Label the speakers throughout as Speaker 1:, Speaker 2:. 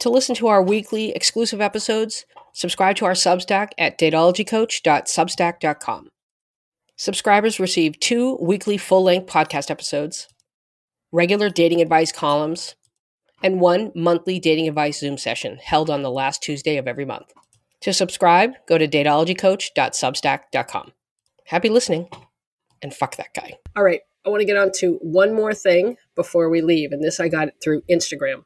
Speaker 1: To listen to our weekly exclusive episodes, subscribe to our Substack at datologycoach.substack.com. Subscribers receive two weekly full length podcast episodes, regular dating advice columns, and one monthly dating advice Zoom session held on the last Tuesday of every month. To subscribe, go to datologycoach.substack.com. Happy listening, and fuck that guy. All right, I want to get on to one more thing before we leave, and this I got through Instagram.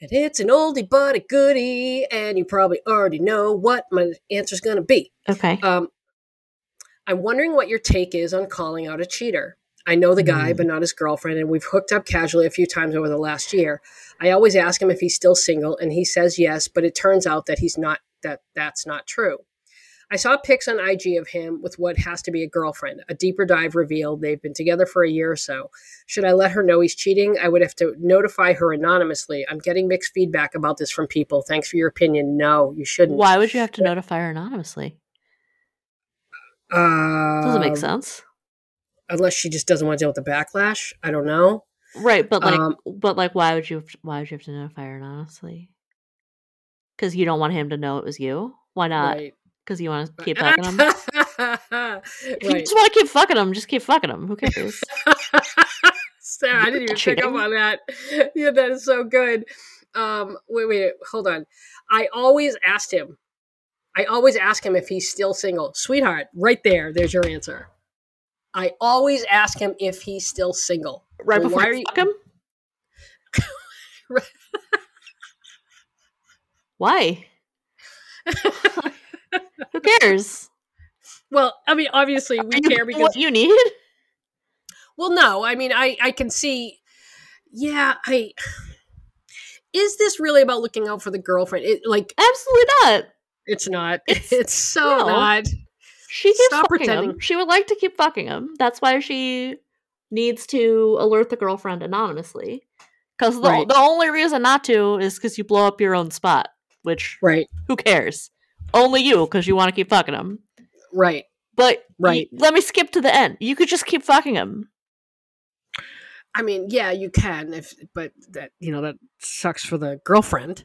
Speaker 1: And it's an oldie but a goodie, and you probably already know what my answer's going to be.
Speaker 2: Okay.
Speaker 1: Um, I'm wondering what your take is on calling out a cheater. I know the guy,
Speaker 2: Mm.
Speaker 1: but not his girlfriend, and we've hooked up casually a few times over the last year. I always ask him if he's still single, and he says yes, but it turns out that he's not. That that's not true. I saw pics on IG of him with what has to be a girlfriend. A deeper dive revealed they've been together for a year or so. Should I let her know he's cheating? I would have to notify her anonymously. I'm getting mixed feedback about this from people. Thanks for your opinion. No, you shouldn't.
Speaker 2: Why would you have to notify her anonymously?
Speaker 1: Uh,
Speaker 2: Doesn't make sense.
Speaker 1: Unless she just doesn't want to deal with the backlash. I don't know.
Speaker 2: Right, but like,
Speaker 1: um,
Speaker 2: but like, why would you? have- Why would you have to notify her anonymously? Because you don't want him to know it was you. Why not?
Speaker 1: right.
Speaker 2: Because you want to keep fucking him. If you
Speaker 1: right.
Speaker 2: just want to keep fucking him, just keep fucking him. Who cares?
Speaker 1: Sarah, I didn't even pick up
Speaker 2: Cheating.
Speaker 1: on that. Yeah, that is so good. Um, wait, wait, hold on. I always asked him. I always ask him if he's still single. Sweetheart, right there. There's your answer. I always ask him if he's still single.
Speaker 2: right
Speaker 1: Well,
Speaker 2: before
Speaker 1: why
Speaker 2: you
Speaker 1: are you-
Speaker 2: fuck him. why? Who cares?
Speaker 1: Well, I mean, obviously we care
Speaker 2: You-
Speaker 1: because
Speaker 2: what you need.
Speaker 1: Well, no, I mean, I I can see. Yeah, I. Is this really about looking out for the girlfriend? It like
Speaker 2: Absolutely not.
Speaker 1: it's not. It's,
Speaker 2: It's-
Speaker 1: so
Speaker 2: no.
Speaker 1: not.
Speaker 2: She keeps
Speaker 1: Stop
Speaker 2: fucking
Speaker 1: pretending.
Speaker 2: him. She would like to keep fucking him. That's why she needs to alert the girlfriend anonymously. Because the,
Speaker 1: Right.
Speaker 2: the only reason not to is because you blow up your own spot, which
Speaker 1: Right.
Speaker 2: who cares? Only you, because you want to keep fucking him.
Speaker 1: Right.
Speaker 2: But y-
Speaker 1: Right.
Speaker 2: let me skip to the end. You could just keep fucking him.
Speaker 1: I mean, yeah, you can if, but that you know that sucks for the girlfriend.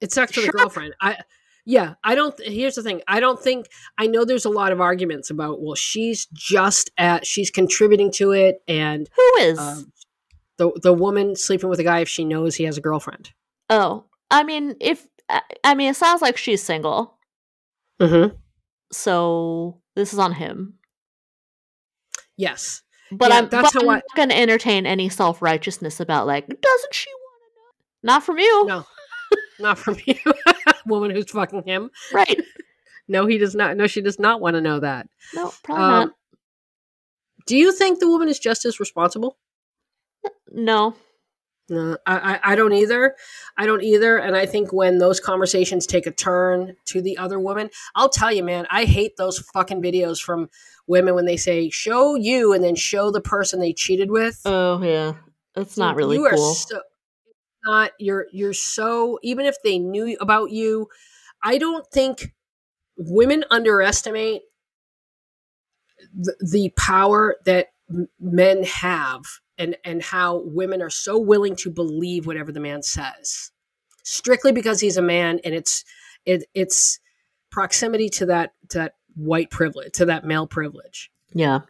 Speaker 1: It sucks for
Speaker 2: Sure.
Speaker 1: the girlfriend. I. Yeah, I don't. Here's the thing. I don't think. I know there's a lot of arguments about. Well, she's just at. She's contributing to it, and
Speaker 2: Who is?
Speaker 1: um, the the woman sleeping with a guy if she knows he has a girlfriend.
Speaker 2: oh, I mean, if I, I mean, it sounds like she's single,
Speaker 1: Mm-hmm.
Speaker 2: so this is on him.
Speaker 1: Yes.
Speaker 2: But
Speaker 1: Yeah,
Speaker 2: I'm,
Speaker 1: that's
Speaker 2: but
Speaker 1: how
Speaker 2: I'm
Speaker 1: I-
Speaker 2: not going to entertain any self righteousness about like, doesn't she want to know? Not from you,
Speaker 1: No, not from you, woman who's fucking him.
Speaker 2: right?
Speaker 1: No, he does not. No, she does not want to know that.
Speaker 2: No, probably
Speaker 1: Um,
Speaker 2: not.
Speaker 1: Do you think the woman is just as responsible?
Speaker 2: No,
Speaker 1: No, I, I, I don't either. I don't either. And I think when those conversations take a turn to the other woman, I'll tell you, man, I hate those fucking videos from women when they say, show you and then show the person they cheated with.
Speaker 2: oh yeah, it's not really
Speaker 1: you
Speaker 2: cool.
Speaker 1: Are so, not you're you're so even if they knew about you, I don't think women underestimate the, the power that m- men have and and how women are so willing to believe whatever the man says strictly because he's a man and it's it, it's proximity to that to that white privilege to that male privilege
Speaker 2: yeah.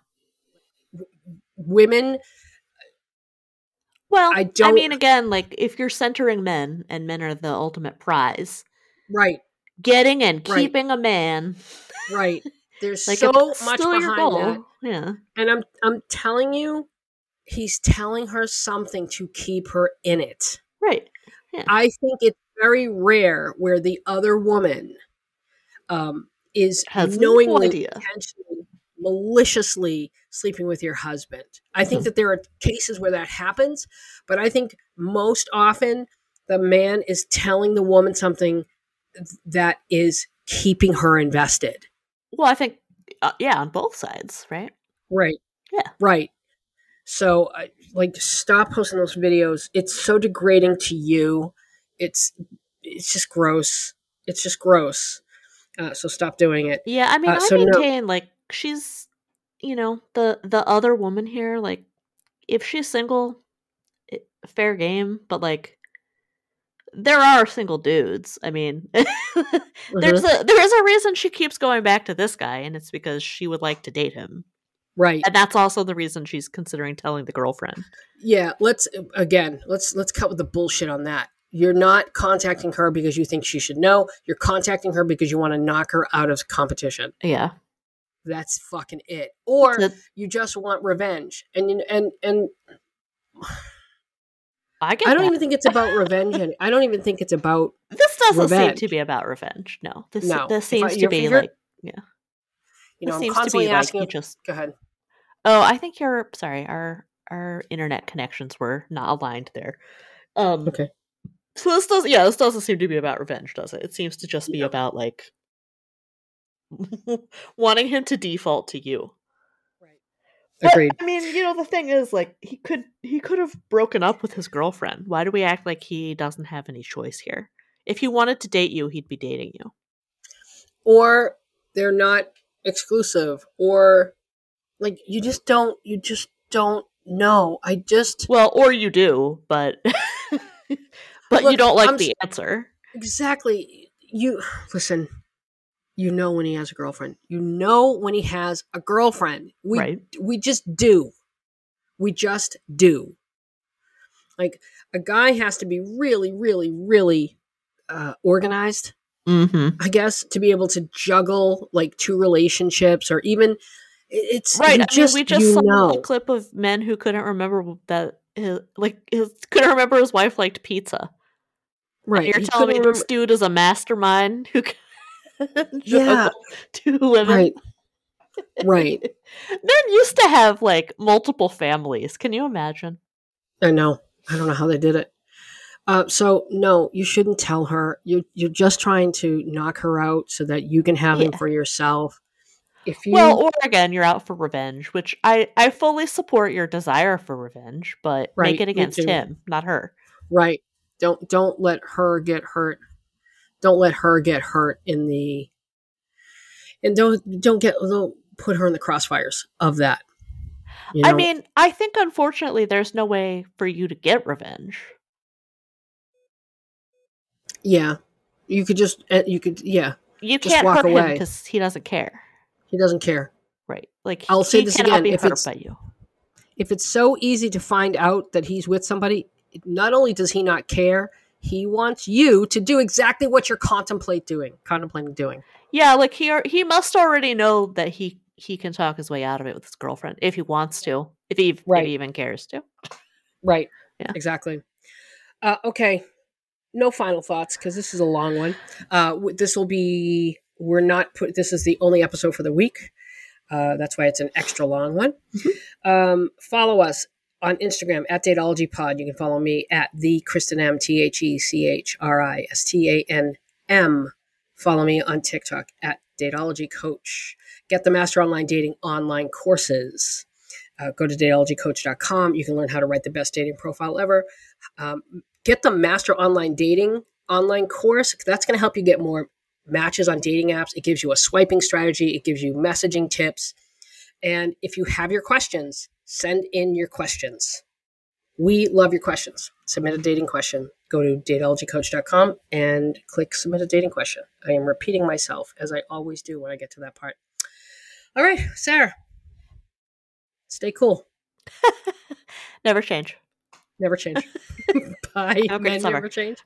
Speaker 1: women
Speaker 2: Well,
Speaker 1: I
Speaker 2: I,
Speaker 1: don't-
Speaker 2: mean, again, like if you're centering men and men are the ultimate prize,
Speaker 1: right
Speaker 2: getting and
Speaker 1: Right.
Speaker 2: keeping a man
Speaker 1: right there's
Speaker 2: like
Speaker 1: so
Speaker 2: it's
Speaker 1: much
Speaker 2: still
Speaker 1: behind
Speaker 2: your goal.
Speaker 1: that
Speaker 2: Yeah.
Speaker 1: and I'm I'm telling you, he's telling her something to keep her in it.
Speaker 2: Right.
Speaker 1: I think it's very rare where the other woman um, is
Speaker 2: Has no
Speaker 1: knowingly,
Speaker 2: idea.
Speaker 1: intentionally, maliciously sleeping with your husband. I
Speaker 2: Hmm.
Speaker 1: think that there are cases where that happens, but I think most often the man is telling the woman something that is keeping her invested.
Speaker 2: Well, I think, uh, yeah, on both sides, right?
Speaker 1: Right.
Speaker 2: Yeah.
Speaker 1: Right. So, I- like, stop posting those videos. It's so degrading to you. It's it's just gross. It's just gross. Uh, so stop doing it.
Speaker 2: Yeah. I mean,
Speaker 1: Uh,
Speaker 2: I
Speaker 1: so no-
Speaker 2: maintain like she's, you know, the the other woman here. eh, Like, if she's single, it, fair game. But like, there are single dudes. I mean,
Speaker 1: Mm-hmm.
Speaker 2: there's a there is a reason she keeps going back to this guy, and it's because she would like to date him,
Speaker 1: Right.
Speaker 2: and that's also the reason she's considering telling the girlfriend.
Speaker 1: Yeah, let's again, let's let's cut with the bullshit on that. You're not contacting her because you think she should know. You're contacting her because you want to knock her out of competition.
Speaker 2: Yeah,
Speaker 1: That's fucking it. Or
Speaker 2: That-
Speaker 1: you just want revenge. And you- and and
Speaker 2: I get.
Speaker 1: I don't
Speaker 2: that.
Speaker 1: even think it's about revenge. And I don't even think it's about
Speaker 2: this doesn't
Speaker 1: revenge.
Speaker 2: seem to be about revenge. No, this
Speaker 1: No.
Speaker 2: this
Speaker 1: If I-
Speaker 2: seems to
Speaker 1: your
Speaker 2: be
Speaker 1: finger-
Speaker 2: like
Speaker 1: you know.
Speaker 2: this
Speaker 1: I'm
Speaker 2: seems to
Speaker 1: constantly
Speaker 2: be like
Speaker 1: asking.
Speaker 2: you just.
Speaker 1: go ahead.
Speaker 2: Oh, I think your sorry our our internet connections were not aligned there. Um,
Speaker 1: Okay.
Speaker 2: So this does yeah this doesn't seem to be about revenge, does it? It seems to just be
Speaker 1: No.
Speaker 2: about like wanting him to default to you. But,
Speaker 1: Agreed.
Speaker 2: I mean, you know, the thing is, like, he could he could have broken up with his girlfriend. Why do we act like he doesn't have any choice here? If he wanted to date you, he'd be dating you.
Speaker 1: Or they're not exclusive. Or like you just don't. You just don't know. I just
Speaker 2: Well, or you do, but but you
Speaker 1: Look,
Speaker 2: don't like
Speaker 1: I'm
Speaker 2: the answer.
Speaker 1: Exactly. You listen. You know when he has a girlfriend. You know when he has a girlfriend. We
Speaker 2: right?
Speaker 1: we just do. We just do. Like a guy has to be really, really, really uh, organized,
Speaker 2: Mm-hmm.
Speaker 1: I guess, to be able to juggle like two relationships or even it- it's
Speaker 2: Right.
Speaker 1: you
Speaker 2: I mean, we just
Speaker 1: you
Speaker 2: saw a
Speaker 1: know.
Speaker 2: clip of men who couldn't remember that his, like his, couldn't remember his wife liked pizza.
Speaker 1: right.
Speaker 2: You're
Speaker 1: He
Speaker 2: telling me
Speaker 1: couldn't
Speaker 2: this dude is a mastermind who can
Speaker 1: Yeah.
Speaker 2: juggle two women.
Speaker 1: remember- right, right.
Speaker 2: Men used to have like multiple families. Can you imagine?
Speaker 1: I know. I don't know how they did it. Uh, so no, you shouldn't tell her. You're you're just trying to knock her out so that you can have him
Speaker 2: Yeah.
Speaker 1: for yourself. If you
Speaker 2: Well, or again, you're out for revenge, which I I fully support your desire for revenge, but
Speaker 1: Right,
Speaker 2: make it
Speaker 1: me
Speaker 2: against
Speaker 1: too.
Speaker 2: him, not her.
Speaker 1: right, don't don't let her get hurt. Don't let her get hurt in the and don't don't get don't put her in the crossfires of that. You
Speaker 2: I
Speaker 1: know?
Speaker 2: mean, I think unfortunately there's no way for you to get revenge.
Speaker 1: yeah, you could just eh, you could yeah.
Speaker 2: You
Speaker 1: Just
Speaker 2: can't
Speaker 1: walk
Speaker 2: hurt him
Speaker 1: away.
Speaker 2: because he doesn't care,
Speaker 1: He doesn't care.
Speaker 2: right? Like
Speaker 1: I'll say
Speaker 2: he
Speaker 1: this
Speaker 2: cannot
Speaker 1: again,
Speaker 2: be
Speaker 1: if
Speaker 2: hurt
Speaker 1: it's-
Speaker 2: by you.
Speaker 1: if it's so easy to find out that he's with somebody, not only does he not care, he wants you to do exactly what you're contemplate doing, contemplating doing.
Speaker 2: Yeah, like he al- he must already know that he he can talk his way out of it with his girlfriend if he wants to, if he, if
Speaker 1: Right.
Speaker 2: he even cares to.
Speaker 1: Right.
Speaker 2: Yeah.
Speaker 1: Exactly. Uh, okay. No final thoughts because this is a long one. Uh, w- this will be. We're not put. This is the only episode for the week. Uh, that's why it's an extra long one. Um, follow us on Instagram at Datology Pod. You can follow me at the Kristen M T H E C H R I S T A N M. Follow me on TikTok at Datology Coach. Get the Master Online Dating online courses uh, go to datologycoach.com. You can learn how to write the best dating profile ever. Um, get the Master Online Dating online course. That's going to help you get more matches on dating apps. It gives you a swiping strategy, it gives you messaging tips. And if you have your questions, send in your questions. We love your questions. Submit a dating question. Go to datologycoach.com and click submit a dating question. I am repeating myself as I always do when I get to that part. All right, Sarah, stay cool.
Speaker 2: Never change.
Speaker 1: Never change. Bye.
Speaker 2: Have a great
Speaker 1: Men
Speaker 2: summer.
Speaker 1: never change.